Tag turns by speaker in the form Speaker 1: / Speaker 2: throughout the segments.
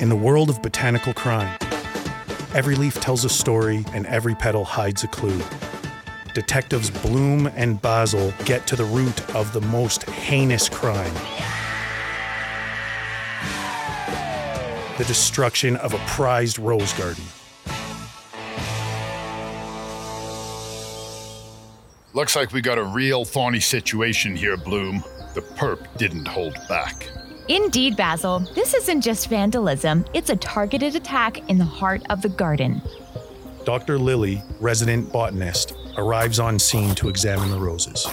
Speaker 1: In the world of botanical crime, every leaf tells a story and every petal hides a clue. Detectives Bloom and Basil get to the root of the most heinous crime the destruction of a prized rose garden.
Speaker 2: Looks like we got a real thorny situation here, Bloom. The perp didn't hold back.
Speaker 3: Indeed, Basil, this isn't just vandalism, it's a targeted attack in the heart of the garden.
Speaker 1: Dr. Lilly, resident botanist, arrives on scene to examine the roses.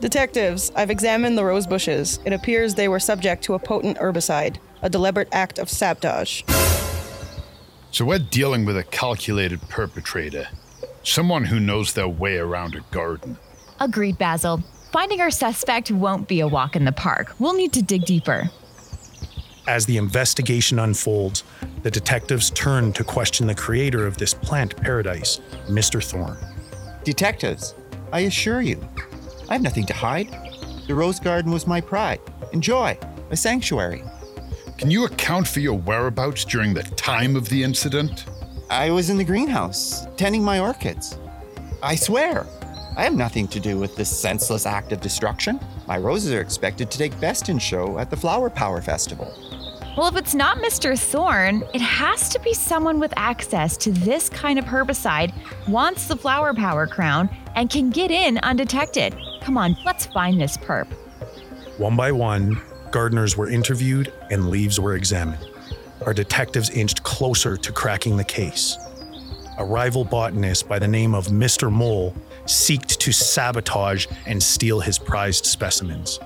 Speaker 4: Detectives, I've examined the rose bushes. It appears they were subject to a potent herbicide, a deliberate act of sabotage.
Speaker 2: So we're dealing with a calculated perpetrator, someone who knows their way around a garden.
Speaker 3: Agreed, Basil. Finding our suspect won't be a walk in the park. We'll need to dig deeper.
Speaker 1: As the investigation unfolds, the detectives turn to question the creator of this plant paradise, Mr. Thorne.
Speaker 5: Detectives, I assure you, I have nothing to hide. The rose garden was my pride and joy, a sanctuary.
Speaker 2: Can you account for your whereabouts during the time of the incident?
Speaker 5: I was in the greenhouse, tending my orchids. I swear, I have nothing to do with this senseless act of destruction. My roses are expected to take best in show at the Flower Power Festival.
Speaker 3: Well, if it's not Mr. Thorne, it has to be someone with access to this kind of herbicide, wants the flower power crown, and can get in undetected. Come on, let's find this perp.
Speaker 1: One by one, gardeners were interviewed and leaves were examined. Our detectives inched closer to cracking the case. A rival botanist by the name of Mr. Mole seeked to sabotage and steal his prized specimens.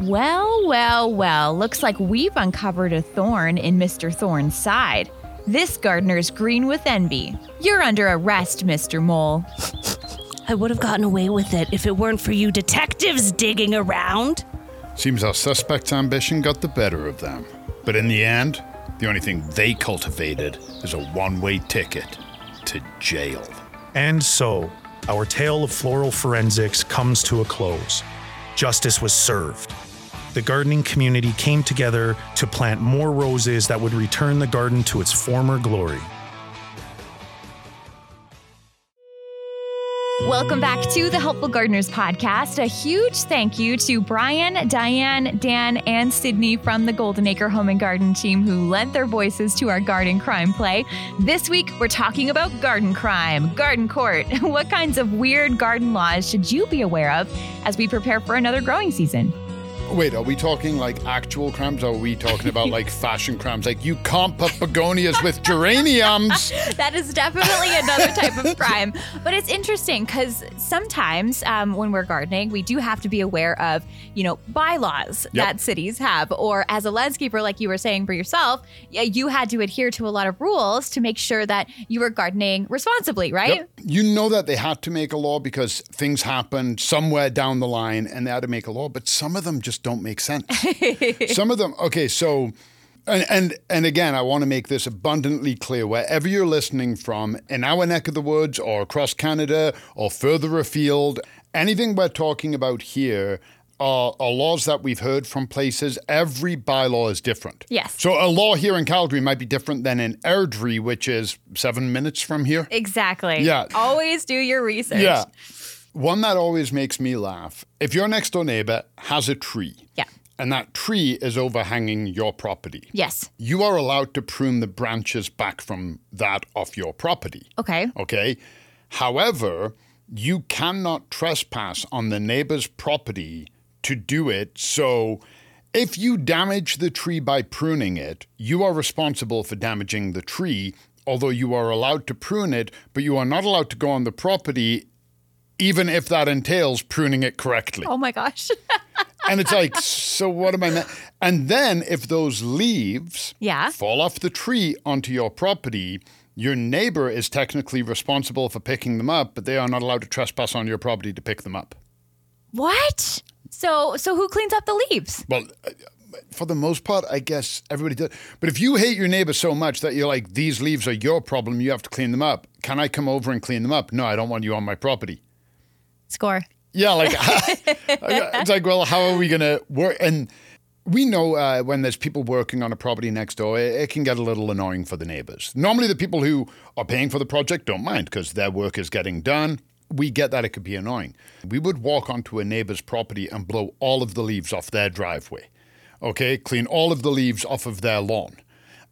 Speaker 3: Well, well, well, looks like we've uncovered a thorn in Mr. Thorne's side. This gardener's green with envy. You're under arrest, Mr. Mole.
Speaker 6: I would have gotten away with it if it weren't for you detectives digging around.
Speaker 2: Seems our suspect's ambition got the better of them. But in the end, the only thing they cultivated is a one way ticket to jail.
Speaker 1: And so, our tale of floral forensics comes to a close. Justice was served. The gardening community came together to plant more roses that would return the garden to its former glory.
Speaker 3: Welcome back to the Helpful Gardeners Podcast. A huge thank you to Brian, Diane, Dan, and Sydney from the Golden Acre Home and Garden team who lent their voices to our garden crime play. This week, we're talking about garden crime, garden court. What kinds of weird garden laws should you be aware of as we prepare for another growing season?
Speaker 2: Wait, are we talking like actual crimes? Or are we talking about like fashion crimes? Like you can't put begonias with geraniums.
Speaker 3: that is definitely another type of crime. But it's interesting because sometimes um, when we're gardening, we do have to be aware of, you know, bylaws
Speaker 2: Yep.
Speaker 3: that cities have. Or as a landscaper, like you were saying for yourself, yeah, you had to adhere to a lot of rules to make sure that you were gardening responsibly, right?
Speaker 2: Yep. You know that they had to make a law because things happened somewhere down the line and they had to make a law, but some of them just don't make sense. some of them, okay, so. And, and and again, I want to make this abundantly clear. Wherever you're listening from, in our neck of the woods, or across Canada, or further afield, anything we're talking about here are, are laws that we've heard from places. Every bylaw is different.
Speaker 3: Yes.
Speaker 2: So a law here in Calgary might be different than in Airdrie, which is seven minutes from here.
Speaker 3: Exactly.
Speaker 2: Yeah.
Speaker 3: Always do your research.
Speaker 2: Yeah. One that always makes me laugh. If your next door neighbor has a tree.
Speaker 3: Yeah.
Speaker 2: And that tree is overhanging your property.
Speaker 3: Yes.
Speaker 2: You are allowed to prune the branches back from that off your property.
Speaker 3: Okay.
Speaker 2: Okay. However, you cannot trespass on the neighbor's property to do it. So if you damage the tree by pruning it, you are responsible for damaging the tree, although you are allowed to prune it, but you are not allowed to go on the property. Even if that entails pruning it correctly.
Speaker 3: Oh my gosh.
Speaker 2: And it's like, so what am I meant? And then if those leaves
Speaker 3: Yeah.
Speaker 2: fall off the tree onto your property, your neighbor is technically responsible for picking them up, but they are not allowed to trespass on your property to pick them up.
Speaker 3: what? So so who cleans up the leaves?
Speaker 2: Well, uh, for the most part, I guess everybody does. But if you hate your neighbor so much that you're like, these leaves are your problem, you have to clean them up. Can I come over and clean them up? No, I don't want you on my property.
Speaker 3: Score.
Speaker 2: Yeah, like it's like, well, how are we gonna work? And we know uh, when there's people working on a property next door, it, it can get a little annoying for the neighbors. Normally, the people who are paying for the project don't mind because their work is getting done. We get that it could be annoying. We would walk onto a neighbor's property and blow all of the leaves off their driveway, okay? Clean all of the leaves off of their lawn.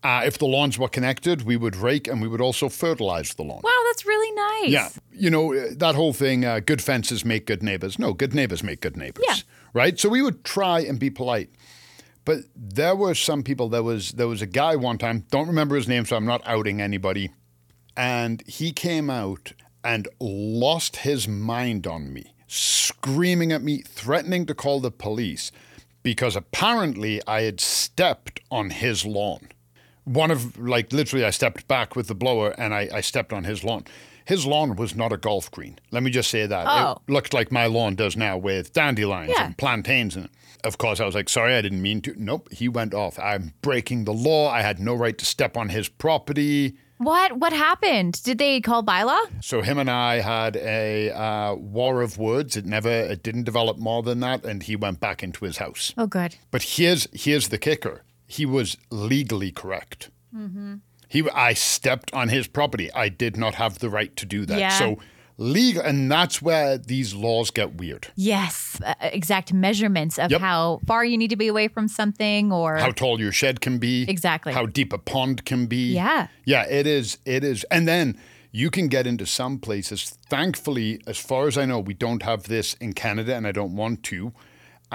Speaker 2: Uh, if the lawns were connected, we would rake and we would also fertilize the lawn.
Speaker 7: Wow, that's really nice.
Speaker 2: Yeah. You know, uh, that whole thing uh, good fences make good neighbors. No, good neighbors make good neighbors.
Speaker 7: Yeah.
Speaker 2: Right? So we would try and be polite. But there were some people, there was there was a guy one time, don't remember his name, so I'm not outing anybody. And he came out and lost his mind on me, screaming at me, threatening to call the police because apparently I had stepped on his lawn one of like literally I stepped back with the blower and I, I stepped on his lawn. His lawn was not a golf green. Let me just say that.
Speaker 7: Oh.
Speaker 2: It looked like my lawn does now with dandelions
Speaker 7: Yeah.
Speaker 2: and plantains and of course I was like, sorry, I didn't mean to. Nope, he went off. I'm breaking the law. I had no right to step on his property.
Speaker 7: What what happened? Did they call bylaw?
Speaker 2: So him and I had a uh, war of words. It never it didn't develop more than that and he went back into his house.
Speaker 7: Oh good.
Speaker 2: But here's here's the kicker: he was legally correct. He, I stepped on his property. I did not have the right to do that.
Speaker 7: Yeah.
Speaker 2: So legal, and that's where these laws get weird.
Speaker 7: Yes, uh, exact measurements of
Speaker 2: Yep.
Speaker 7: how far you need to be away from something or
Speaker 2: How tall your shed can be,
Speaker 7: Exactly.
Speaker 2: How deep a pond can be.
Speaker 7: Yeah.
Speaker 2: yeah. It is. It is. And then you can get into some places. Thankfully, as far as I know, we don't have this in Canada, and I don't want to.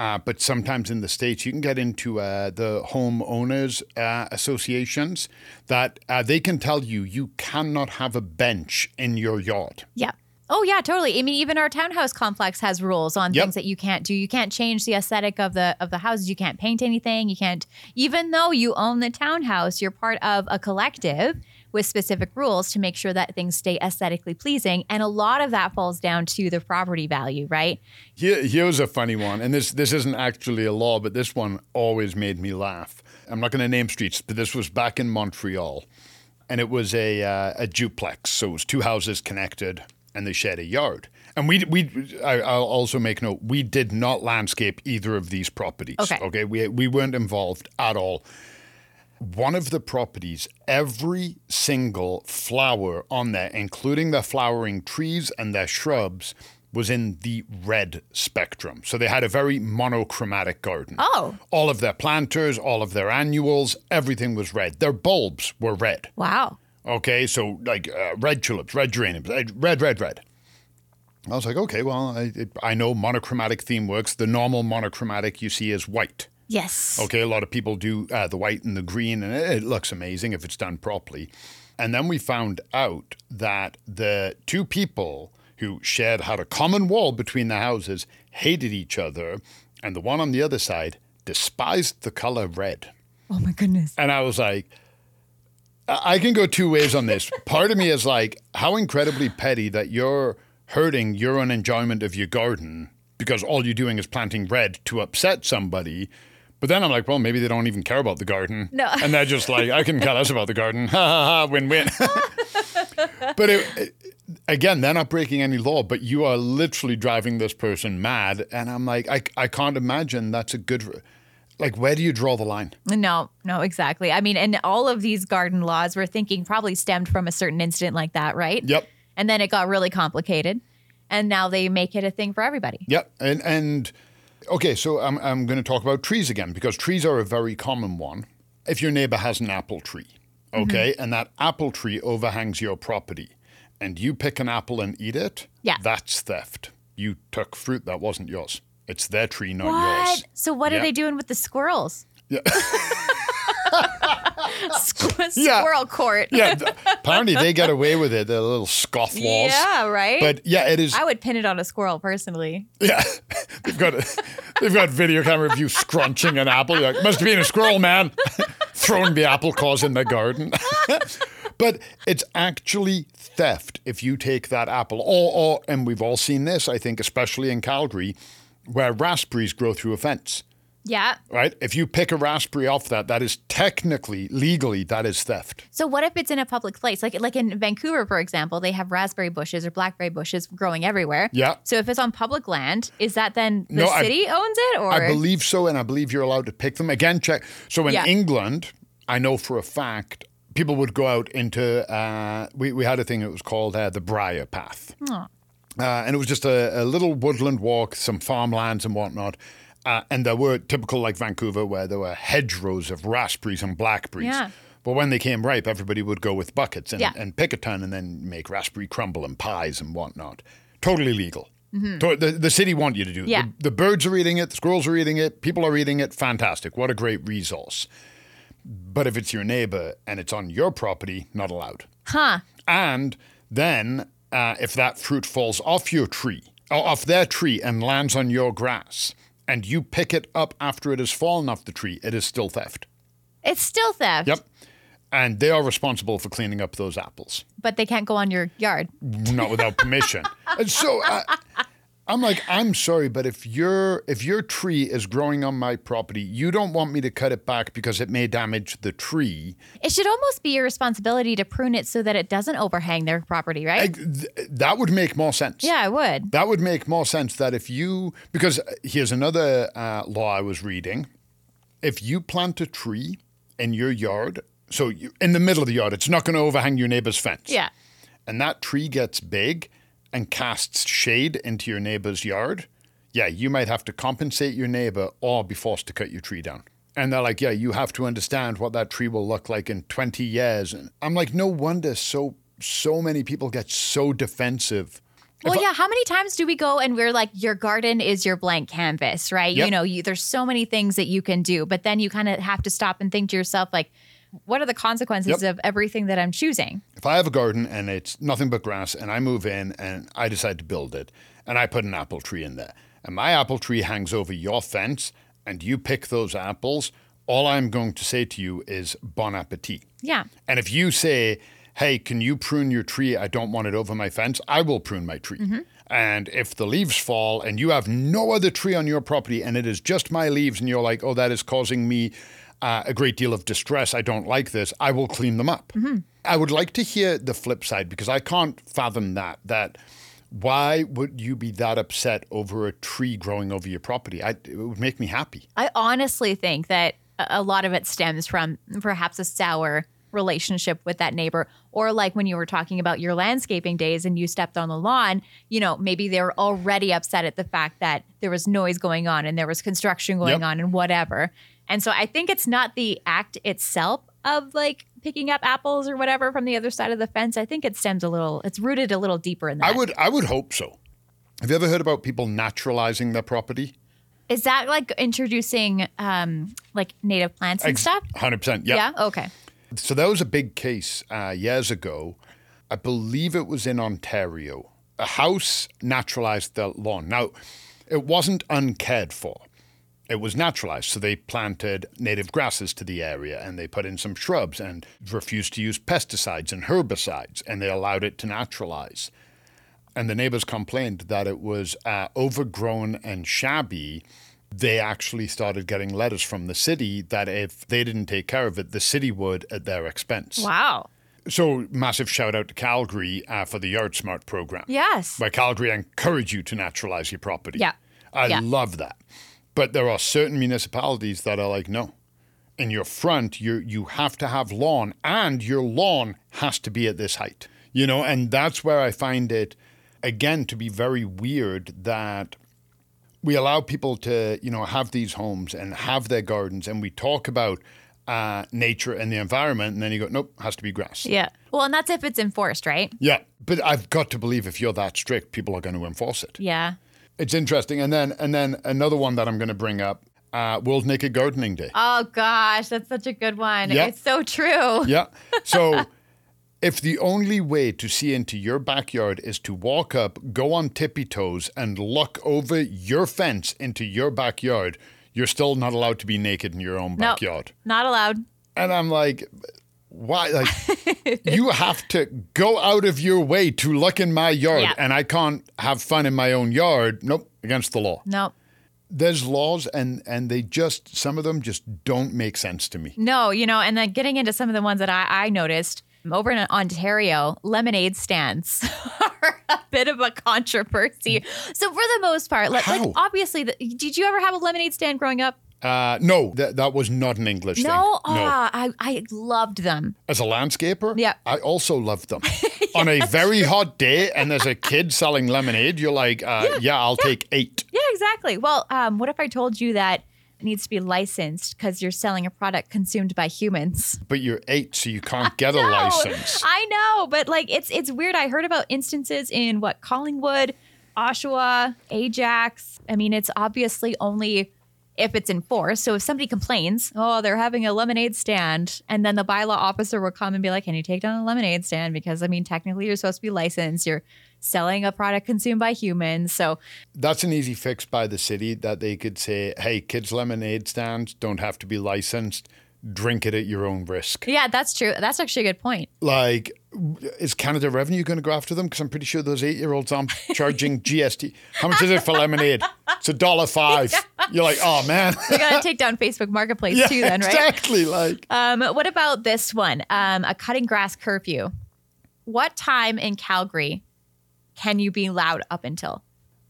Speaker 2: Uh, but sometimes in the states, you can get into uh, the homeowners uh, associations that uh, they can tell you you cannot have a bench in your yard.
Speaker 7: Yeah. Oh yeah, totally. I mean, even our townhouse complex has rules on
Speaker 2: Yep.
Speaker 7: things that you can't do. You can't change the aesthetic of the of the houses. You can't paint anything. You can't even though you own the townhouse, you're part of a collective with specific rules to make sure that things stay aesthetically pleasing. And a lot of that falls down to the property value, right?
Speaker 2: Here, here's a funny one, and this this isn't actually a law, but this one always made me laugh. I'm not going to name streets, but this was back in Montreal, and it was a uh, a duplex, so it was two houses connected, and they shared a yard. And we we I, I'll also make note we did not landscape either of these properties.
Speaker 7: Okay.
Speaker 2: okay, we we weren't involved at all. One of the properties, every single flower on there, including their flowering trees and their shrubs, was in the red spectrum. So they had a very monochromatic garden.
Speaker 7: Oh.
Speaker 2: All of their planters, all of their annuals, everything was red. Their bulbs were red.
Speaker 7: Wow.
Speaker 2: Okay, so like uh, red tulips, red geraniums, uh, red, red, red. I was like, okay, well, I, it, I know monochromatic theme works. The normal monochromatic you see is white.
Speaker 6: Yes.
Speaker 2: Okay, a lot of people do uh, the white and the green, and it, it looks amazing if it's done properly. And then we found out that the two people who shared had a common wall between their houses hated each other, and the one on the other side despised the color red.
Speaker 7: Oh my goodness.
Speaker 2: And I was like, I I can go two ways on this. Part of me is like, how incredibly petty that you're hurting your own enjoyment of your garden because all you're doing is planting red to upset somebody. But then I'm like, well, maybe they don't even care about the garden.
Speaker 7: No.
Speaker 2: And they're just like, I can care less about the garden. Ha ha ha, win win. but it, again, they're not breaking any law, but you are literally driving this person mad. And I'm like, I, I can't imagine that's a good, like, where do you draw the line?
Speaker 7: No, no, exactly. I mean, and all of these garden laws we're thinking probably stemmed from a certain incident like that, right?
Speaker 2: Yep.
Speaker 7: And then it got really complicated. And now they make it a thing for everybody.
Speaker 2: Yep, and and okay, so I'm I'm going to talk about trees again because trees are a very common one. If your neighbor has an apple tree,
Speaker 7: Mm-hmm.
Speaker 2: okay, and that apple tree overhangs your property, and you pick an apple and eat it,
Speaker 7: Yeah.
Speaker 2: that's theft. You took fruit that wasn't yours. It's their tree, not
Speaker 7: What?
Speaker 2: yours.
Speaker 7: So what are
Speaker 2: Yeah.
Speaker 7: they doing with the squirrels?
Speaker 2: Yeah.
Speaker 7: Squ-
Speaker 2: Yeah.
Speaker 7: Squirrel court.
Speaker 2: yeah, th- apparently they get away with it. They're little scofflaws.
Speaker 7: Yeah, right?
Speaker 2: But yeah, it is.
Speaker 7: I would pin it on a squirrel personally.
Speaker 2: Yeah, they've got they've got video camera of you scrunching an apple. You're like, must have been a squirrel, man, throwing the apple cores in the garden. but it's actually theft if you take that apple. Or, or, and we've all seen this, I think, especially in Calgary, where raspberries grow through a fence.
Speaker 7: Yeah.
Speaker 2: right? If you pick a raspberry off that, that is technically, legally, that is theft.
Speaker 3: So what if it's in a public place? Like like in Vancouver, for example, they have raspberry bushes or blackberry bushes growing everywhere.
Speaker 2: Yeah.
Speaker 3: So if it's on public land, is that then the
Speaker 2: No, I-
Speaker 3: city owns it or
Speaker 2: I believe so, and I believe you're allowed to pick them. Again, check. So in
Speaker 3: Yeah.
Speaker 2: England, I know for a fact, people would go out into. Uh, we we had a thing that was called uh, the Briar Path, uh, and it was just a, a little woodland walk, some farmlands and whatnot. Uh, and there were typical like Vancouver, where there were hedgerows of raspberries and blackberries.
Speaker 3: Yeah.
Speaker 2: But when they came ripe, everybody would go with buckets and,
Speaker 3: Yeah.
Speaker 2: and pick a ton and then make raspberry crumble and pies and whatnot. Totally legal. To- The, the city want you to do it.
Speaker 3: Mm-hmm. Yeah.
Speaker 2: The- the birds are eating it, the squirrels are eating it, people are eating it. Fantastic. What a great resource. But if it's your neighbor and it's on your property, not allowed.
Speaker 3: huh?
Speaker 2: And then uh, if that fruit falls off your tree, or off their tree and lands on your grass, and you pick it up after it has fallen off the tree, it is still theft.
Speaker 3: It's still theft.
Speaker 2: Yep. And they are responsible for cleaning up those apples,
Speaker 3: But they can't go on your yard.
Speaker 2: not without permission. and so I, I'm like, I'm sorry, but if your if your tree is growing on my property, you don't want me to cut it back because it may damage the tree.
Speaker 3: It should almost be your responsibility to prune it so that it doesn't overhang their property,
Speaker 2: Like,
Speaker 3: right?
Speaker 2: th- that would make more sense.
Speaker 3: yeah, I would.
Speaker 2: That would make more sense that if you, because here's another uh, law I was reading. If you plant a tree in your yard, so you, in the middle of the yard, it's not going to overhang your neighbor's fence.
Speaker 3: Yeah.
Speaker 2: And that tree gets big and casts shade into your neighbor's yard. Yeah, you might have to compensate your neighbor or be forced to cut your tree down. And they're like, yeah, you have to understand what that tree will look like in 20 years. And I'm like, no wonder so so many people get so defensive
Speaker 3: Well, yeah. How many times do we go and we're like, your garden is your blank canvas, right?
Speaker 2: Yep.
Speaker 3: You know, you, there's so many things that you can do, but then you kind of have to stop and think to yourself, like, what are the consequences
Speaker 2: Yep.
Speaker 3: of everything that I'm choosing?
Speaker 2: if I have a garden and it's nothing but grass and I move in and I decide to build it and I put an apple tree in there and my apple tree hangs over your fence and you pick those apples, all I'm going to say to you is bon appetit.
Speaker 3: Yeah.
Speaker 2: And if you say, hey, can you prune your tree? I don't want it over my fence, I will prune my tree. And if the leaves fall and you have no other tree on your property and it is just my leaves and you're like, oh, that is causing me uh, a great deal of distress, I don't like this, I will clean them up. I would like to hear the flip side because I can't fathom that, that why would you be that upset over a tree growing over your property? I, it would make me happy.
Speaker 3: I honestly think that a a lot of it stems from perhaps a sour relationship with that neighbor or like when you were talking about your landscaping days and you stepped on the lawn you know maybe they were already upset at the fact that there was noise going on and there was construction going
Speaker 2: Yep.
Speaker 3: on and whatever and so i think it's not the act itself of like picking up apples or whatever from the other side of the fence i think it stems a little it's rooted a little deeper in that
Speaker 2: I would, I would hope so. Have you ever heard about people naturalizing their property?
Speaker 3: is that like introducing um like native plants and stuff
Speaker 2: Hundred percent.
Speaker 3: yeah
Speaker 2: Yeah.
Speaker 3: okay
Speaker 2: So that was a big case uh, years ago. I believe it was in Ontario. A house naturalized their lawn. Now, it wasn't uncared for. It was naturalized, so they planted native grasses to the area and they put in some shrubs and refused to use pesticides and herbicides, and they allowed it to naturalize. And the neighbors complained that it was uh, overgrown and shabby. They actually started getting letters from the city that if they didn't take care of it, the city would at their expense.
Speaker 3: wow
Speaker 2: So, massive shout out to Calgary uh, for the Yard Smart program.
Speaker 3: Yes.
Speaker 2: Where Calgary encourage you to naturalize your property.
Speaker 3: Yeah.
Speaker 2: I
Speaker 3: Yeah.
Speaker 2: love that. But there are certain municipalities that are like, no. In your front, you you have to have lawn, and your lawn has to be at this height. You know, and that's where I find it again to be very weird that we allow people to you know have these homes and have their gardens, and we talk about uh, nature and the environment, and then you go, nope, has to be grass.
Speaker 3: Yeah. Well, and that's if it's enforced, right?
Speaker 2: Yeah, but I've got to believe if you're that strict, people are going to enforce it.
Speaker 3: Yeah.
Speaker 2: It's interesting, and then and then another one that I'm going to bring up: uh, World Naked Gardening Day.
Speaker 3: Oh gosh, that's such a good one.
Speaker 2: Yep.
Speaker 3: It's so true.
Speaker 2: yeah. So, if the only way to see into your backyard is to walk up, go on tippy toes, and look over your fence into your backyard, you're still not allowed to be naked in your own
Speaker 3: No.
Speaker 2: backyard.
Speaker 3: Not allowed.
Speaker 2: And I'm like, why? Like, you have to go out of your way to look in my yard,
Speaker 3: Yeah.
Speaker 2: and I can't have fun in my own yard. Nope, against the law.
Speaker 3: No.
Speaker 2: there's laws and and they just some of them just don't make sense to me.
Speaker 3: No, you know, and then getting into some of the ones that I, I noticed over in Ontario, lemonade stands are a bit of a controversy. So for the most part, like, like
Speaker 2: How?
Speaker 3: obviously, the, did you ever have a lemonade stand growing up?
Speaker 2: Uh, no, that that was not an English thing.
Speaker 3: No, Ah, I I loved them.
Speaker 2: As a landscaper,
Speaker 3: Yeah.
Speaker 2: I also love them. On a very hot day and there's a kid selling lemonade, you're like, uh, yeah, I'll take eight.
Speaker 3: Yeah, exactly. Well, um, what if I told you that it needs to be licensed because you're selling a product consumed by humans?
Speaker 2: But you're eight, so you can't get a
Speaker 3: Ah, No,
Speaker 2: license.
Speaker 3: I know, but like it's it's weird. I heard about instances in what Collingwood, Oshawa, Ajax. I mean, it's obviously only if it's enforced. So if somebody complains, oh, they're having a lemonade stand, and then the bylaw officer will come and be like, "Can you take down a lemonade stand?" Because I mean, technically, you're supposed to be licensed. You're selling a product consumed by humans. So
Speaker 2: That's an easy fix by the city that they could say, hey, kids' lemonade stands don't have to be licensed. Drink it at your own risk.
Speaker 3: yeah, that's true. That's actually a good point.
Speaker 2: Like, is Canada Revenue going to go after them? Because I'm pretty sure those eight year olds aren't charging GST. How much is it for lemonade? It's a dollar five. You're like, oh man.
Speaker 3: You gotta take down Facebook Marketplace too, then, right?
Speaker 2: Exactly. Like,
Speaker 3: Um, what about this one? Um, a cutting grass curfew. What time in Calgary can you be loud up until?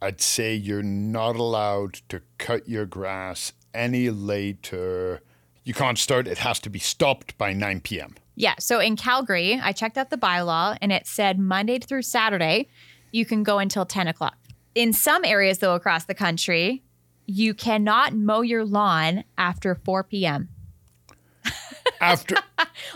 Speaker 2: I'd say you're not allowed to cut your grass any later. You can't start. It has to be stopped by 9 p.m.
Speaker 3: Yeah, so in Calgary, I checked out the bylaw and it said Monday through Saturday, you can go until 10 o'clock. In some areas, though, across the country, you cannot mow your lawn after 4 p.m.
Speaker 2: After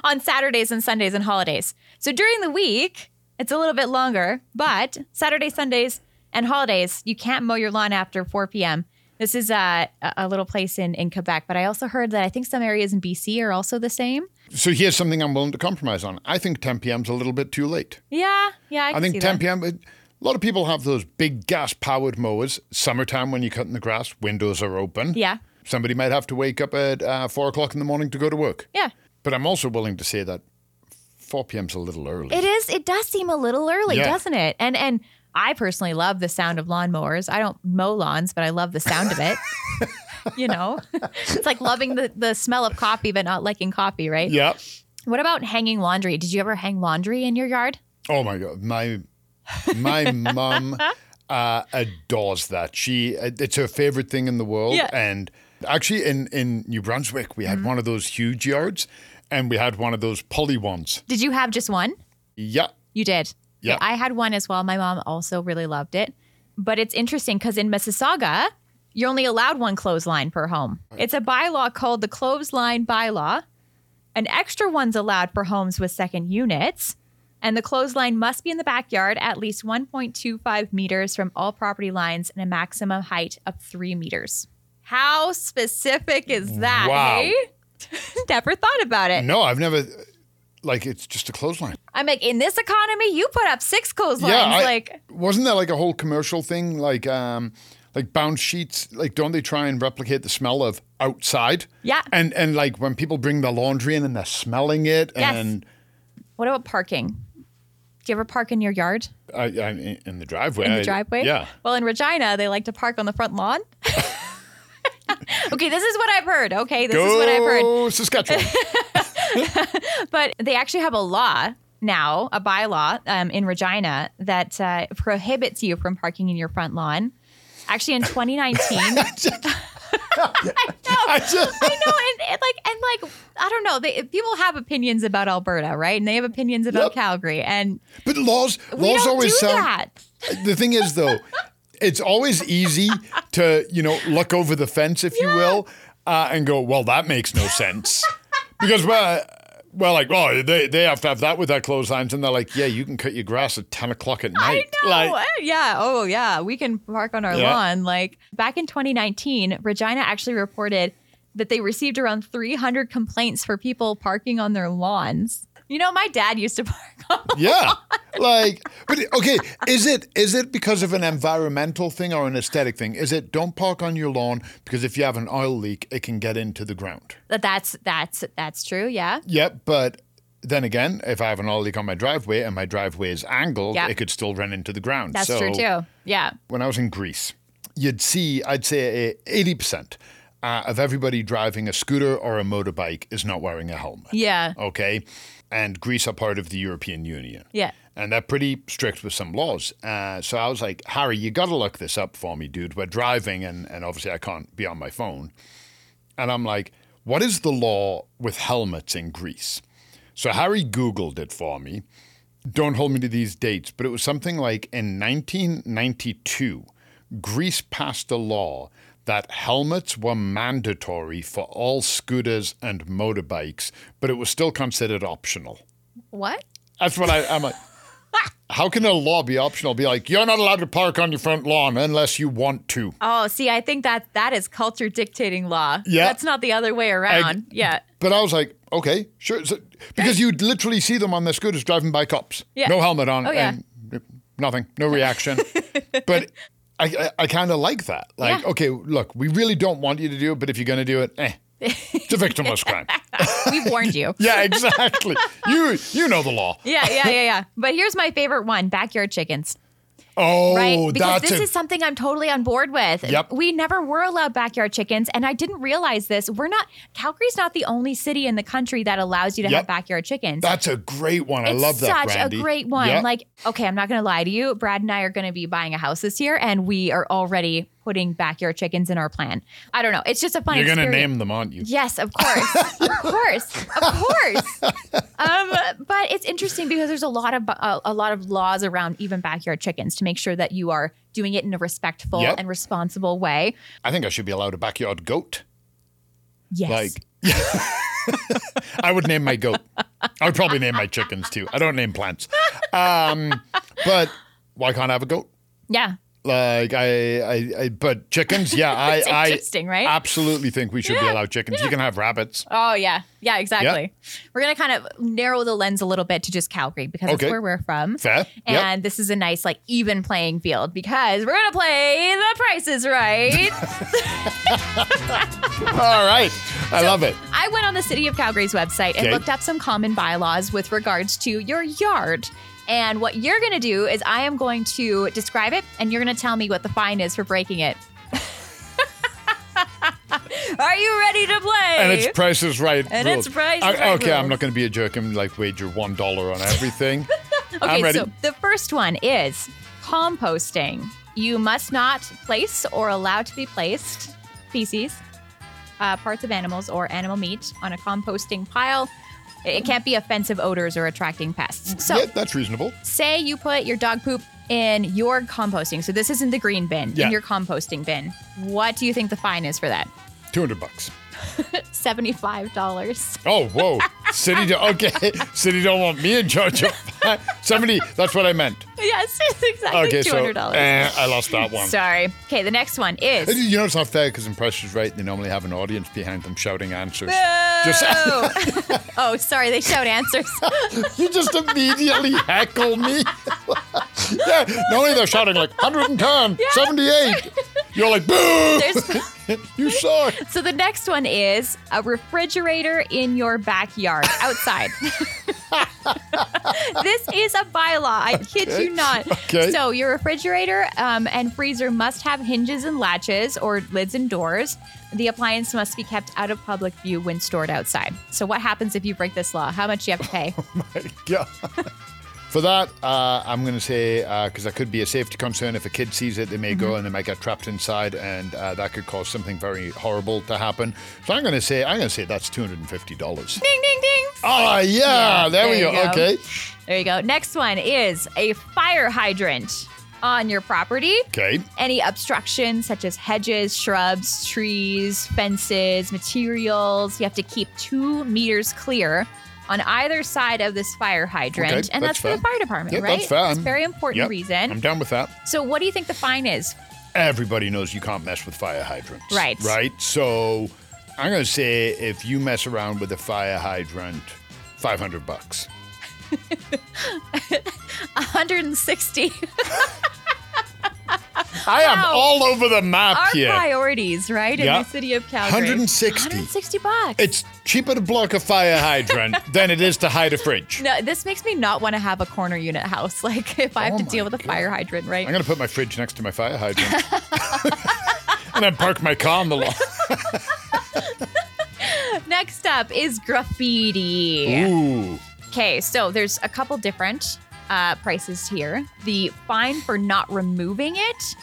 Speaker 3: on Saturdays and Sundays and holidays. So during the week, it's a little bit longer, but Saturday, Sundays, and holidays, you can't mow your lawn after 4 p.m. This is uh, a, a little place in, in Quebec, but I also heard that I think some areas in BC are also the same.
Speaker 2: so, here's something I'm willing to compromise on. I think 10 p.m. is a little bit too late.
Speaker 3: Yeah, yeah, I,
Speaker 2: I,
Speaker 3: can
Speaker 2: think
Speaker 3: see
Speaker 2: 10
Speaker 3: that.
Speaker 2: p.m. it- A lot of people have those big gas-powered mowers. Summertime when you're cutting the grass, windows are open.
Speaker 3: Yeah.
Speaker 2: Somebody might have to wake up at uh, four o'clock in the morning to go to work.
Speaker 3: Yeah,
Speaker 2: But I'm also willing to say that 4 p.m. is a little early.
Speaker 3: it is. It does seem a little early,
Speaker 2: Yeah.
Speaker 3: doesn't it? And and I personally love the sound of lawnmowers. I don't mow lawns, but I love the sound of it. you know, it's like loving the, the smell of coffee, but not liking coffee, right?
Speaker 2: Yeah.
Speaker 3: What about hanging laundry? Did you ever hang laundry in your yard?
Speaker 2: Oh my god, my my mum uh, adores that. She uh, it's her favorite thing in the world.
Speaker 3: Yeah. Mm-hmm.
Speaker 2: And actually, in in New Brunswick, we had one of those huge yards, and we had one of those poly ones.
Speaker 3: Did you have just one?
Speaker 2: Yeah,
Speaker 3: You did.
Speaker 2: Yeah.
Speaker 3: I had one as well. My mom also really loved it. But it's interesting because in Mississauga, you're only allowed one clothesline per home. It's a bylaw called the clothesline bylaw. An extra one's allowed for homes with second units. And the clothesline must be in the backyard at least 1.25 meters from all property lines and a maximum height of three meters. How specific is that?
Speaker 2: Wow.
Speaker 3: Hey? Never thought about it.
Speaker 2: no, I've never. Like it's just a clothesline.
Speaker 3: I'm like, in this economy, you put up six clotheslines.
Speaker 2: yeah, I-
Speaker 3: like,
Speaker 2: wasn't there like a whole commercial thing? Like um, like bounce sheets. Like don't they try and replicate the smell of outside?
Speaker 3: Yeah.
Speaker 2: And and like when people bring their laundry in and they're smelling it
Speaker 3: Yes.
Speaker 2: and
Speaker 3: what about parking? Do you ever park in your yard
Speaker 2: I, uh, I, in the driveway.
Speaker 3: in
Speaker 2: I-
Speaker 3: the driveway?
Speaker 2: Uh, yeah.
Speaker 3: Well, in Regina, they like to park on the front lawn. okay, this is what I've heard. Okay, this is what I've heard.
Speaker 2: Go Saskatchewan.
Speaker 3: But they actually have a law now, a bylaw um, in Regina that uh, prohibits you from parking in your front lawn. Actually, in 2019, I
Speaker 2: I just-
Speaker 3: know, and, and like, and like, I don't know. They, people have opinions about Alberta, right? And they have opinions about
Speaker 2: Yep.
Speaker 3: Calgary, and
Speaker 2: but laws,
Speaker 3: we
Speaker 2: laws
Speaker 3: don't
Speaker 2: always
Speaker 3: do
Speaker 2: sound.
Speaker 3: that.
Speaker 2: The thing is, though, it's always easy to you know look over the fence, if you will, uh, and go, "Well, that makes no sense," because well, well, like, well, they they have to have that with their clotheslines, and they're like, "Yeah, you can cut your grass at ten o'clock at night."
Speaker 3: No,
Speaker 2: Like,
Speaker 3: eh, yeah. Oh, yeah. We can park on our
Speaker 2: Yeah.
Speaker 3: lawn. Like back in 2019, Regina actually reported that they received around 300 complaints for people parking on their lawns. You know, my dad used to park on.
Speaker 2: yeah, like, but okay, is it is it because of an environmental thing or an aesthetic thing? Is it don't park on your lawn because if you have an oil leak, it can get into the ground.
Speaker 3: That- That's that's that's true. Yeah.
Speaker 2: Yep, but then again, if I have an oil leak on my driveway and my driveway is angled,
Speaker 3: Yeah.
Speaker 2: it could still run into the ground.
Speaker 3: That's
Speaker 2: so
Speaker 3: true too. Yeah.
Speaker 2: When I was in Greece, you'd see, I'd say, eighty percent uh, of everybody driving a scooter or a motorbike is not wearing a helmet.
Speaker 3: Yeah.
Speaker 2: Okay, and Greece are part of the European Union.
Speaker 3: Yeah.
Speaker 2: And they're pretty strict with some laws. Uh, so I was like, Harry, you got to look this up for me, dude. We're driving, and, and obviously I can't be on my phone. And I'm like, what is the law with helmets in Greece? So Harry Googled it for me. Don't hold me to these dates, but it was something like in 1992, Greece passed a law that helmets were mandatory for all scooters and motorbikes, but it was still considered optional.
Speaker 3: What?
Speaker 2: That's what I, I'm like. How can a law be optional? Be like, you're not allowed to park on your front lawn unless you want to.
Speaker 3: Oh, see, I think that that is culture dictating law.
Speaker 2: Yeah.
Speaker 3: That's not the other way around. yeah.
Speaker 2: But I was like, okay, sure. So- because you'd literally see them on their scooters driving by cops.
Speaker 3: Yeah.
Speaker 2: No helmet on.
Speaker 3: Oh, yeah.
Speaker 2: And nothing. No reaction. but I, I, I kind of like that. Like,
Speaker 3: Yeah.
Speaker 2: okay, look, we really don't want you to do it, but if you're going to do it, eh. It's a victimless crime.
Speaker 3: We've warned you.
Speaker 2: yeah, exactly. you you know the law.
Speaker 3: Yeah, yeah, yeah, yeah. But here's my favorite one backyard chickens.
Speaker 2: Oh,
Speaker 3: Right? because
Speaker 2: that's
Speaker 3: this
Speaker 2: it.
Speaker 3: is something I'm totally on board with.
Speaker 2: Yep.
Speaker 3: We never were allowed backyard chickens, and I didn't realize this. We're not, Calgary's not the only city in the country that allows you to
Speaker 2: Yep.
Speaker 3: have backyard chickens.
Speaker 2: that's a great one. I
Speaker 3: it's
Speaker 2: love that,
Speaker 3: such
Speaker 2: Brandy.
Speaker 3: a great one.
Speaker 2: Yep.
Speaker 3: Like, okay, I'm not going to lie to you. Brad and I are going to be buying a house this year, and we are already putting backyard chickens in our plan. I don't know. It's just a fun.
Speaker 2: you're gonna
Speaker 3: experience.
Speaker 2: name them, aren't you?
Speaker 3: Yes, of course, of course, of course. Um, but it's interesting because there's a lot of a, a lot of laws around even backyard chickens to make sure that you are doing it in a respectful
Speaker 2: Yep.
Speaker 3: and responsible way.
Speaker 2: I think I should be allowed a backyard goat.
Speaker 3: Yes,
Speaker 2: Like, I would name my goat. I would probably name my chickens too. I don't name plants. Um, but why can't I have a goat?
Speaker 3: yeah,
Speaker 2: Like I, I, I but chickens, yeah, I,
Speaker 3: It's
Speaker 2: I
Speaker 3: interesting, right?
Speaker 2: absolutely think we should be allowed chickens. You can have rabbits.
Speaker 3: Oh yeah, yeah, exactly. We're gonna kind of narrow the lens a little bit to just Calgary because
Speaker 2: Okay.
Speaker 3: that's where we're from.
Speaker 2: Fair. Yep.
Speaker 3: And this is a nice like even playing field because we're gonna play The Price is Right.
Speaker 2: All right, I love it.
Speaker 3: I went on the City of Calgary's website and
Speaker 2: Okay.
Speaker 3: looked up some common bylaws with regards to your yard. And what you're going to do is I am going to describe it and you're going to tell me what the fine is for breaking it. Are you ready to play?
Speaker 2: And it's Price is Right.
Speaker 3: And
Speaker 2: rules.
Speaker 3: it's Price is
Speaker 2: I-
Speaker 3: Right
Speaker 2: Okay, I'm
Speaker 3: rules.
Speaker 2: not going to be a jerk and like wager one dollar on everything.
Speaker 3: okay,
Speaker 2: I'm ready.
Speaker 3: so the first one is composting. You must not place or allow to be placed feces, uh, parts of animals, or animal meat on a composting pile. It can't be offensive odors or attracting pests. So
Speaker 2: yeah, that's reasonable.
Speaker 3: say you put your dog poop in your composting. So this isn't the green bin,
Speaker 2: Yeah.
Speaker 3: in your composting bin. What do you think the fine is for that?
Speaker 2: Two hundred bucks.
Speaker 3: $75.
Speaker 2: Oh, whoa. City, do- okay. City don't want me in charge of somebody. That's what I meant.
Speaker 3: Yes, it's exactly
Speaker 2: Okay, so
Speaker 3: $200.
Speaker 2: eh, I lost that one.
Speaker 3: Sorry. Okay, the next one
Speaker 2: And
Speaker 3: is.
Speaker 2: You know it's not fair because Impression's right. They normally have an audience behind them shouting answers. Just
Speaker 3: oh. oh, sorry. They shout answers.
Speaker 2: you just immediately heckle me. yeah, normally they're shouting like 110, 78. You're like boo.
Speaker 3: There's-
Speaker 2: you suck.
Speaker 3: so the next one is a refrigerator in your backyard, outside. this is a bylaw. I kid you not.
Speaker 2: Okay.
Speaker 3: So your refrigerator um, and freezer must have hinges and latches or lids and doors. The appliance must be kept out of public view when stored outside. So what happens if you break this law? How much do you have to pay?
Speaker 2: Yeah. For that, uh, I'm going to say because that could be a safety concern. If a kid sees it, they may
Speaker 3: Mm-hmm.
Speaker 2: go and they might get trapped inside, and uh, that could cause something very horrible to happen. So I'm going to say I'm going to say that's two hundred and fifty dollars.
Speaker 3: ding ding ding.
Speaker 2: Ah, yeah, there, we
Speaker 3: there
Speaker 2: go.
Speaker 3: you go.
Speaker 2: Okay,
Speaker 3: There you go. Next one is a fire hydrant on your property.
Speaker 2: okay,
Speaker 3: Any obstruction, such as hedges, shrubs, trees, fences, materials, you have to keep two meters clear on either side of this fire hydrant.
Speaker 2: Okay,
Speaker 3: and
Speaker 2: that's
Speaker 3: that's, for the
Speaker 2: fair.
Speaker 3: fire department,
Speaker 2: Yeah,
Speaker 3: right?
Speaker 2: that's fair.
Speaker 3: It's a very important
Speaker 2: Yep,
Speaker 3: reason.
Speaker 2: I'm down with that.
Speaker 3: so, what do you think the fine is?
Speaker 2: Everybody knows you can't mess with fire hydrants,
Speaker 3: Right.
Speaker 2: Right. So I'm going to say if you mess around with a fire hydrant, five hundred bucks.
Speaker 3: 160.
Speaker 2: I am
Speaker 3: Wow.
Speaker 2: all over the map
Speaker 3: Our
Speaker 2: here.
Speaker 3: priorities, right?
Speaker 2: Yeah.
Speaker 3: In the city of Calgary.
Speaker 2: 160.
Speaker 3: 160 bucks.
Speaker 2: It's cheaper to block a fire hydrant than it is to hide a fridge.
Speaker 3: no, this makes me not want to have a corner unit house. Like if I have
Speaker 2: Oh
Speaker 3: to
Speaker 2: my
Speaker 3: deal with a fire hydrant, right?
Speaker 2: I'm going to put my fridge next to my fire hydrant. and then park my car on the lawn.
Speaker 3: Next up is graffiti.
Speaker 2: Ooh.
Speaker 3: Okay, so there's a couple different uh, prices here the fine for not removing it,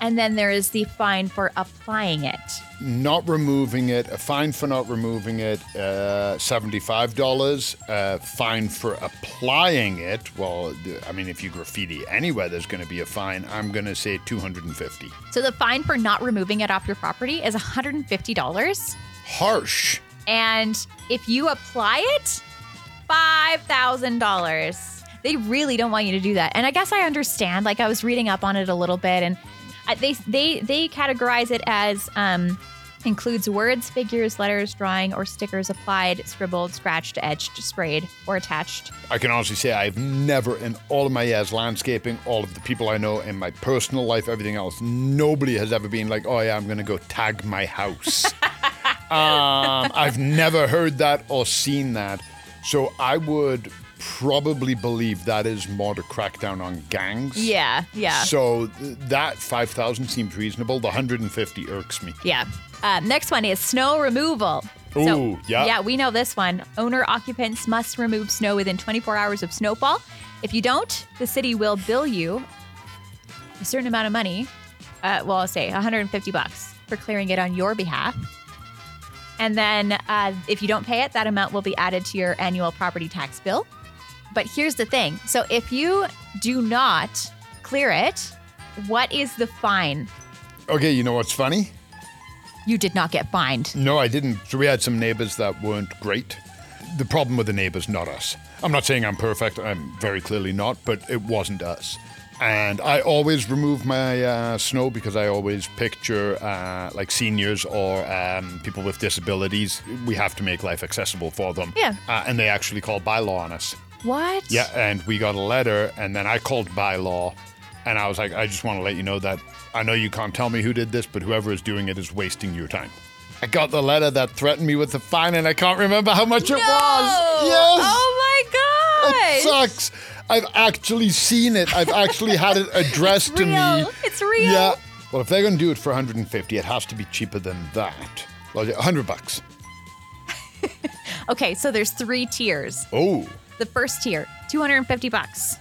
Speaker 3: and then there is the fine for applying it.
Speaker 2: Not removing it, a fine for not removing it, uh, $75. Uh, fine for applying it. Well, I mean, if you graffiti anywhere, there's going to be a fine. I'm going to say 250
Speaker 3: So the fine for not removing it off your property is $150.
Speaker 2: Harsh.
Speaker 3: And if you apply it, $5,000. They really don't want you to do that. And I guess I understand. Like I was reading up on it a little bit and I- they they they categorize it as um includes words, figures, letters, drawing or stickers applied, scribbled, scratched, etched, sprayed or attached.
Speaker 2: I can honestly say I've never, in all of my years landscaping, all of the people I know, in my personal life, everything else, nobody has ever been like, "Oh yeah, I'm gonna go tag my house." um, I've never heard that or seen that, so I would probably believe that is more to crack down on gangs.
Speaker 3: Yeah, yeah.
Speaker 2: So th- that five thousand seems reasonable. The hundred and fifty irks me.
Speaker 3: Yeah. Uh, next one is snow removal.
Speaker 2: Ooh, yeah.
Speaker 3: Yeah, we know this one. Owner occupants must remove snow within 24 hours of snowfall. If you don't, the city will bill you a certain amount of money. Uh, well, I'll say 150 bucks for clearing it on your behalf. And then uh, if you don't pay it, that amount will be added to your annual property tax bill. But here's the thing so if you do not clear it, what is the fine?
Speaker 2: Okay, you know what's funny?
Speaker 3: You did not get fined.
Speaker 2: No, I didn't. So we had some neighbors that weren't great. The problem with the neighbors, not us. I'm not saying I'm perfect. I'm very clearly not, but it wasn't us. And I always remove my uh, snow because I always picture uh, like seniors or um, people with disabilities. We have to make life accessible for them.
Speaker 3: Yeah.
Speaker 2: Uh, and they actually called bylaw on us.
Speaker 3: What?
Speaker 2: Yeah, and we got a letter, and then I called bylaw, and I was like, I just want to let you know that I know you can't tell me who did this, but whoever is doing it is wasting your time. I got the letter that threatened me with the fine, and I can't remember how much it was. Yes,
Speaker 3: Oh my
Speaker 2: it
Speaker 3: god!
Speaker 2: sucks. I've actually seen it. I've actually had it addressed to me.
Speaker 3: real. It's real.
Speaker 2: Yeah. Well, if they're going to do it for 150, it has to be cheaper than that. Well, 100 bucks.
Speaker 3: Okay, so there's three tiers.
Speaker 2: Oh,
Speaker 3: The first tier, 250 bucks.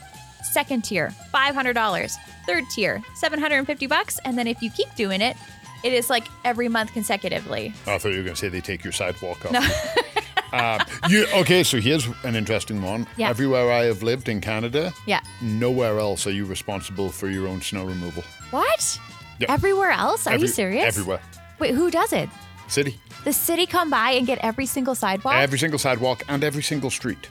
Speaker 3: Second tier, $500. Third tier, 750 bucks. And then if you keep doing it, it is like every month consecutively.
Speaker 2: I thought you were going to say they take your sidewalk off. Uh, you, okay, so here's an interesting one.
Speaker 3: Yeah.
Speaker 2: Everywhere I have lived in Canada,
Speaker 3: Yeah.
Speaker 2: nowhere else are you responsible for your own snow removal.
Speaker 3: What?
Speaker 2: Yeah.
Speaker 3: Everywhere else? Are
Speaker 2: Every-
Speaker 3: you serious?
Speaker 2: Everywhere.
Speaker 3: Wait, who does it?
Speaker 2: City.
Speaker 3: The city come by and get every single sidewalk?
Speaker 2: Every single sidewalk and every single street.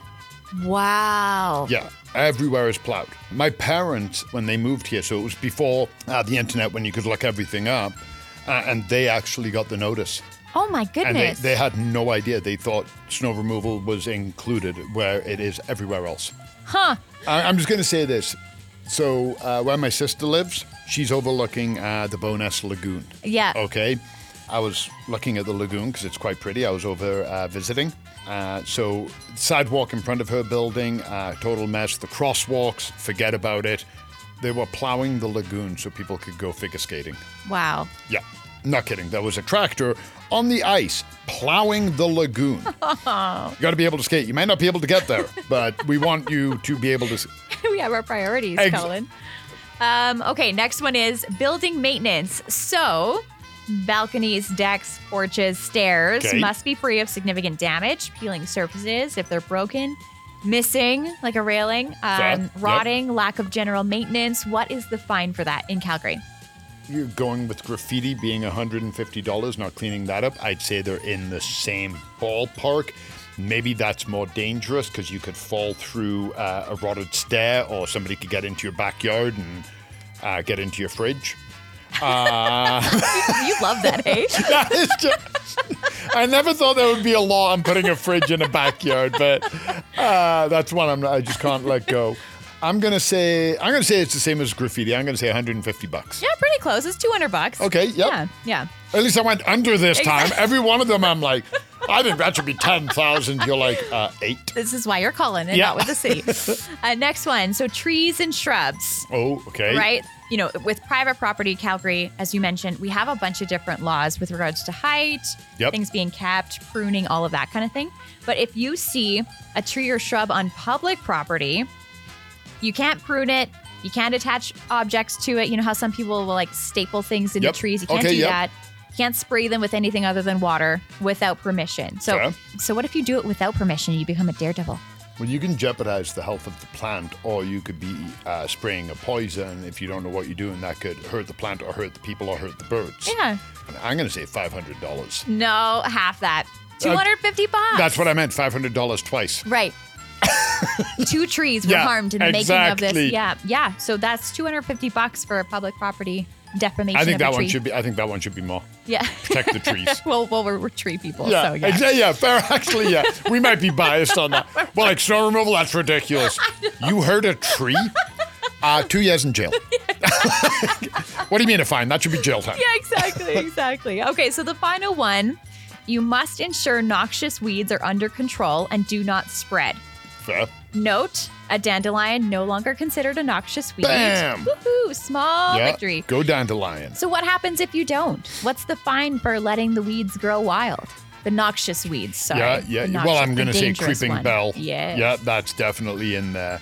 Speaker 3: wow.
Speaker 2: Yeah, everywhere is plowed. My parents, when they moved here, so it was before uh, the internet when you could look everything up, uh, and they actually got the notice.
Speaker 3: Oh my
Speaker 2: And they,
Speaker 3: goodness.
Speaker 2: they had no idea. They thought snow removal was included where it is everywhere else.
Speaker 3: huh.
Speaker 2: I, I'm just going to say this. So, uh, where my sister lives, she's overlooking uh, the Bonus Lagoon.
Speaker 3: Yeah.
Speaker 2: Okay. I was looking at the lagoon because it's quite pretty. I was over uh, visiting. Uh, so, sidewalk in front of her building, uh, total mess. The crosswalks, forget about it. They were plowing the lagoon so people could go figure skating.
Speaker 3: Wow.
Speaker 2: Yeah, not kidding. There was a tractor on the ice plowing the lagoon. you got to be able to skate. You may not be able to get there, but we want you to be able to. s-
Speaker 3: we have our priorities,
Speaker 2: Ex-
Speaker 3: Colin. Um, okay, next one is building maintenance. So, balconies, decks, porches, stairs
Speaker 2: Okay.
Speaker 3: must be free of significant damage, peeling surfaces if they're broken, missing like a railing,
Speaker 2: That,
Speaker 3: um,
Speaker 2: yep.
Speaker 3: rotting, lack of general maintenance. What is the fine for that in Calgary?
Speaker 2: You're going with graffiti being $150, not cleaning that up. I'd say they're in the same ballpark. Maybe that's more dangerous because you could fall through uh, a rotted stair or somebody could get into your backyard and uh, get into your fridge.
Speaker 3: You love that, eh?
Speaker 2: That is just. I never thought there would be a law on putting a fridge in a backyard, but uh, that's one I'm, I just can't let go. I'm gonna say I'm gonna say it's the same as graffiti. I'm gonna say 150 bucks.
Speaker 3: Yeah, pretty close. It's 200 bucks.
Speaker 2: Okay, yep.
Speaker 3: Yeah. Yeah.
Speaker 2: At least I went under this time. Every one of them, I'm like, I think that should be 10,000. You're like, uh, eight.
Speaker 3: This is why you're calling and
Speaker 2: Yeah.
Speaker 3: not with the city. uh, next one. So trees and shrubs,
Speaker 2: Oh, okay.
Speaker 3: right? You know, with private property, Calgary, as you mentioned, we have a bunch of different laws with regards to height,
Speaker 2: Yep.
Speaker 3: things being kept, pruning, all of that kind of thing. But if you see a tree or shrub on public property, you can't prune it. You can't attach objects to it. You know how some people will like staple things into
Speaker 2: Yep.
Speaker 3: trees. You can't
Speaker 2: Okay,
Speaker 3: do
Speaker 2: yep.
Speaker 3: that. You can't spray them with anything other than water without permission. So,
Speaker 2: Fair.
Speaker 3: so what if you do it without permission? You become a daredevil.
Speaker 2: Well, you can jeopardize the health of the plant, or you could be uh, spraying a poison if you don't know what you're doing. That could hurt the plant, or hurt the people, or hurt the birds.
Speaker 3: Yeah.
Speaker 2: And I'm gonna say $500.
Speaker 3: No, half that. Two hundred fifty bucks.
Speaker 2: Uh, That's what I meant. $500 twice.
Speaker 3: Right. Two trees were
Speaker 2: Yeah,
Speaker 3: harmed in the making of
Speaker 2: exactly.
Speaker 3: this. Yeah, yeah. So that's two hundred fifty bucks for public property defamation.
Speaker 2: I think
Speaker 3: of
Speaker 2: that
Speaker 3: a tree.
Speaker 2: one should be. I think that one should be more.
Speaker 3: Yeah.
Speaker 2: Protect the trees.
Speaker 3: well, well, we're, we're tree people.
Speaker 2: Yeah,
Speaker 3: so yeah.
Speaker 2: exa- yeah, fair. Actually, yeah, we might be biased on that. Well, like snow removal, that's ridiculous. You hurt a tree? Uh, two years in jail. what do you mean a fine? That should be jail time.
Speaker 3: Yeah, exactly, exactly. Okay, so the final one, you must ensure noxious weeds are under control and do not spread.
Speaker 2: Fair.
Speaker 3: Note: a dandelion no longer considered a noxious weed.
Speaker 2: Bam!
Speaker 3: Woohoo! Small
Speaker 2: Yeah,
Speaker 3: victory.
Speaker 2: Go down to lion.
Speaker 3: So what happens if you don't? What's the fine for letting the weeds grow wild? The noxious weeds, sorry.
Speaker 2: Yeah,
Speaker 3: The
Speaker 2: yeah. Well,
Speaker 3: noxious-
Speaker 2: I'm
Speaker 3: the
Speaker 2: going to say
Speaker 3: dangerous
Speaker 2: creeping
Speaker 3: one.
Speaker 2: bell.
Speaker 3: Yes.
Speaker 2: Yeah, that's definitely in there.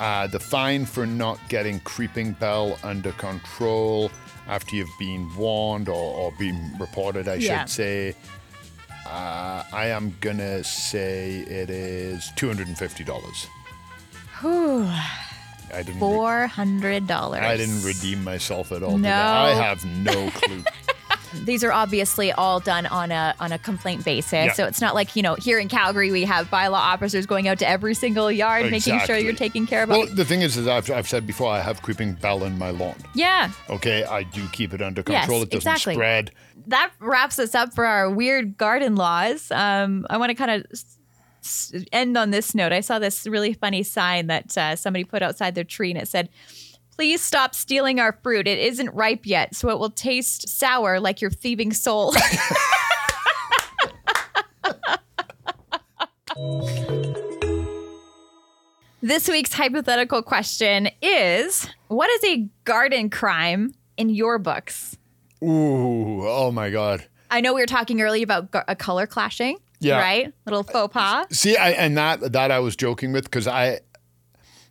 Speaker 2: Uh, the fine for not getting creeping bell under control after you've been warned or, or been reported, I
Speaker 3: Yeah.
Speaker 2: should say. Uh, I am going to say it is $250. I didn't, re-
Speaker 3: Four hundred dollars.
Speaker 2: I didn't redeem myself at all. did
Speaker 3: No.
Speaker 2: I? I have no clue.
Speaker 3: These are obviously all done on a on a complaint basis,
Speaker 2: Yeah.
Speaker 3: so it's not like you know here in Calgary we have bylaw officers going out to every single yard, making sure
Speaker 2: Exactly.
Speaker 3: you're taking care of.
Speaker 2: well,
Speaker 3: all
Speaker 2: the thing is, is I've, I've said before, I have creeping bell in my lawn.
Speaker 3: yeah,
Speaker 2: Okay, I do keep it under
Speaker 3: Yes,
Speaker 2: control. it doesn't
Speaker 3: exactly.
Speaker 2: spread.
Speaker 3: that wraps us up for our weird garden laws. Um, I want to kind of s- s- end on this note. I saw this really funny sign that uh, somebody put outside their tree, and it said, "Please stop stealing our fruit. It isn't ripe yet, so it will taste sour like your thieving soul." This week's hypothetical question is What is a garden crime in your books?
Speaker 2: Ooh, oh my God.
Speaker 3: I know we were talking earlier about gar- a color clashing.
Speaker 2: Yeah.
Speaker 3: Right? Little faux pas.
Speaker 2: See, I, and that that I was joking with because I,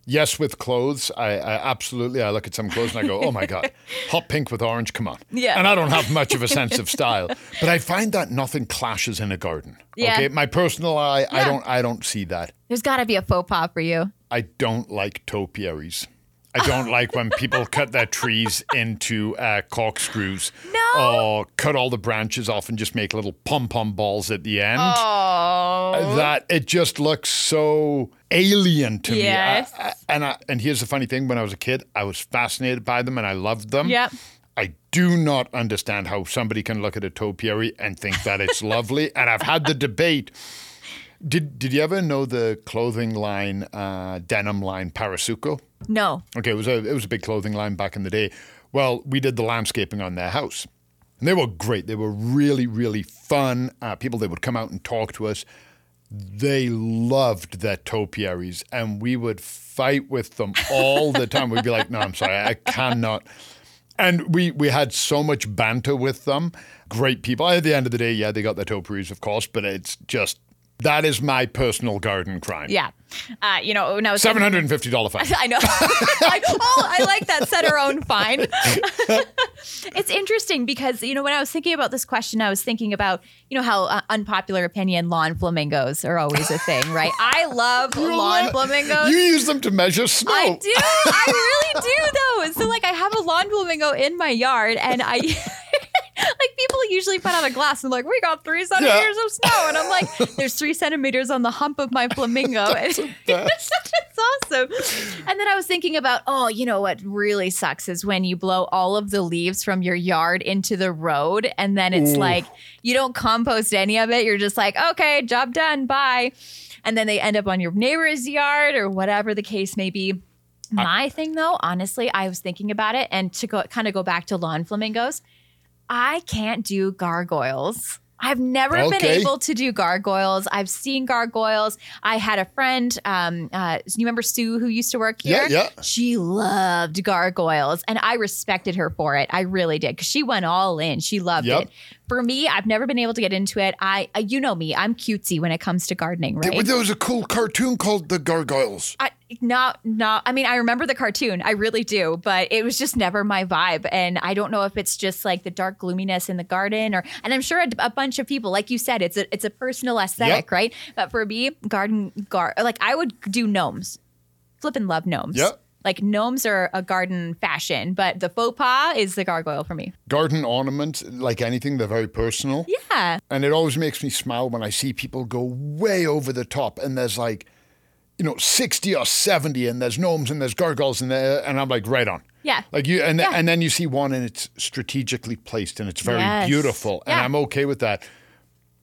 Speaker 2: yes, with clothes, I, I absolutely I look at some clothes and I go, oh my God, hot pink with orange, come on.
Speaker 3: Yeah.
Speaker 2: And I don't have much of a sense of style, but I find that nothing clashes in a garden.
Speaker 3: Yeah.
Speaker 2: Okay, my personal eye, I
Speaker 3: Yeah.
Speaker 2: don't I don't see that.
Speaker 3: There's got to be a faux pas for you.
Speaker 2: I don't like topiaries. I don't like when people cut their trees into uh, corkscrews or cut all the branches off and just make little pom pom balls at the end. That it just looks so alien to
Speaker 3: Yes.
Speaker 2: me. I- I- and I, and here's the funny thing: when I was a kid, I was fascinated by them and I loved them.
Speaker 3: Yep.
Speaker 2: I do not understand how somebody can look at a topiary and think that it's lovely. And I've had the debate. Did Did you ever know the clothing line, uh, denim line, Parasuco?
Speaker 3: No.
Speaker 2: Okay, it was a it was a big clothing line back in the day. Well, we did the landscaping on their house, and they were great. They were really really fun uh, people. They would come out and talk to us. They loved their topiaries, and we would fight with them all the time. We'd be like, "No, I'm sorry, I cannot." And we we had so much banter with them. Great people. At the end of the day, yeah, they got their topiaries, of course, but it's just that is my personal garden crime.
Speaker 3: Yeah. Uh, you know, when I was.
Speaker 2: seven hundred and fifty dollar fine.
Speaker 3: I know. I, oh, I like that. Set her own fine. it's interesting because, you know, when I was thinking about this question, I was thinking about, you know, how uh, unpopular opinion lawn flamingos are always a thing, right? I love lawn flamingos.
Speaker 2: You use them to measure snow.
Speaker 3: I do. I really do, though. So, like, I have a lawn flamingo in my yard, and I. Like people usually put out a glass and like we got three centimeters of snow, and I'm like, there's three centimeters on the hump of my flamingo. And it's awesome. And then I was thinking about, oh, you know what really sucks is when you blow all of the leaves from your yard into the road, and then it's like you don't compost any of it. You're just like, okay, job done, bye. And then they end up on your neighbor's yard or whatever the case may be. My thing, though, honestly, I was thinking about it, and to go kind of go back to lawn flamingos, I can't do gargoyles. I've never been
Speaker 2: Okay.
Speaker 3: able to do gargoyles. I've seen gargoyles. I had a friend, um, uh, you remember Sue, who used to work here?
Speaker 2: Yeah, yeah.
Speaker 3: She loved gargoyles, and I respected her for it. I really did because she went all in. She loved
Speaker 2: Yep.
Speaker 3: it. For me, I've never been able to get into it. I, uh, you know me, I'm cutesy when it comes to gardening, right?
Speaker 2: There, there was a cool cartoon called The Gargoyles.
Speaker 3: I not not I mean I remember the cartoon I really do but it was just never my vibe and I don't know if it's just like the dark gloominess in the garden or and I'm sure a, a bunch of people like you said it's a it's a personal aesthetic
Speaker 2: Yep.
Speaker 3: right but for me garden gar like I would do gnomes flippin love gnomes
Speaker 2: Yep.
Speaker 3: like gnomes are a garden fashion but the faux pas is the gargoyle for me
Speaker 2: Garden ornaments, like anything, they're very personal.
Speaker 3: yeah
Speaker 2: And it always makes me smile when I see people go way over the top and there's like, you know, 60 or 70 and there's gnomes and there's gargoyles and there, and I'm like, right on.
Speaker 3: Yeah.
Speaker 2: Like you and
Speaker 3: Yeah.
Speaker 2: and then you see one and it's strategically placed and it's very
Speaker 3: Yes.
Speaker 2: beautiful and
Speaker 3: Yeah.
Speaker 2: I'm okay with that.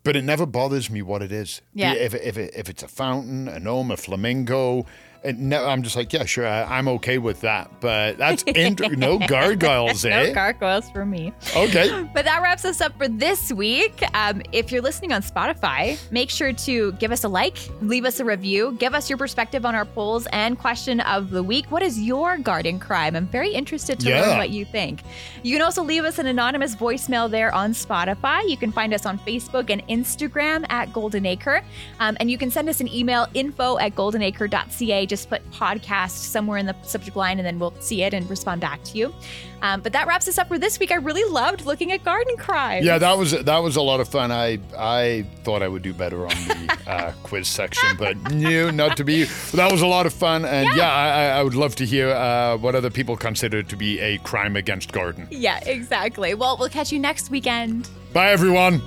Speaker 2: But it never bothers me what it is.
Speaker 3: Yeah.
Speaker 2: If if it, if it's a fountain, a gnome, a flamingo, it ne- I'm just like, yeah, sure, I, I'm okay with that. But that's inter- no gargoyles, eh?
Speaker 3: no gargoyles for me
Speaker 2: okay.
Speaker 3: But that wraps us up for this week. Um, if you're listening on Spotify, make sure to give us a like, leave us a review, give us your perspective on our polls and question of the week. What is your garden crime? I'm very interested to learn
Speaker 2: Yeah.
Speaker 3: what you think. You can also leave us an anonymous voicemail there on Spotify. You can find us on Facebook and Instagram at Golden Acre. Um, and you can send us an email info at goldenacre.ca. Just put podcast somewhere in the subject line and then we'll see it and respond back to you. Um, but that wraps us up for this week. I really loved looking at garden crime.
Speaker 2: Yeah, that was that was a lot of fun. I I thought I would do better on the uh, quiz section, but no, not to be. That was a lot of fun, and yeah, I I, I would love to hear uh, what other people consider to be a crime against garden.
Speaker 3: Yeah, exactly. Well, we'll catch you next weekend.
Speaker 2: Bye, everyone.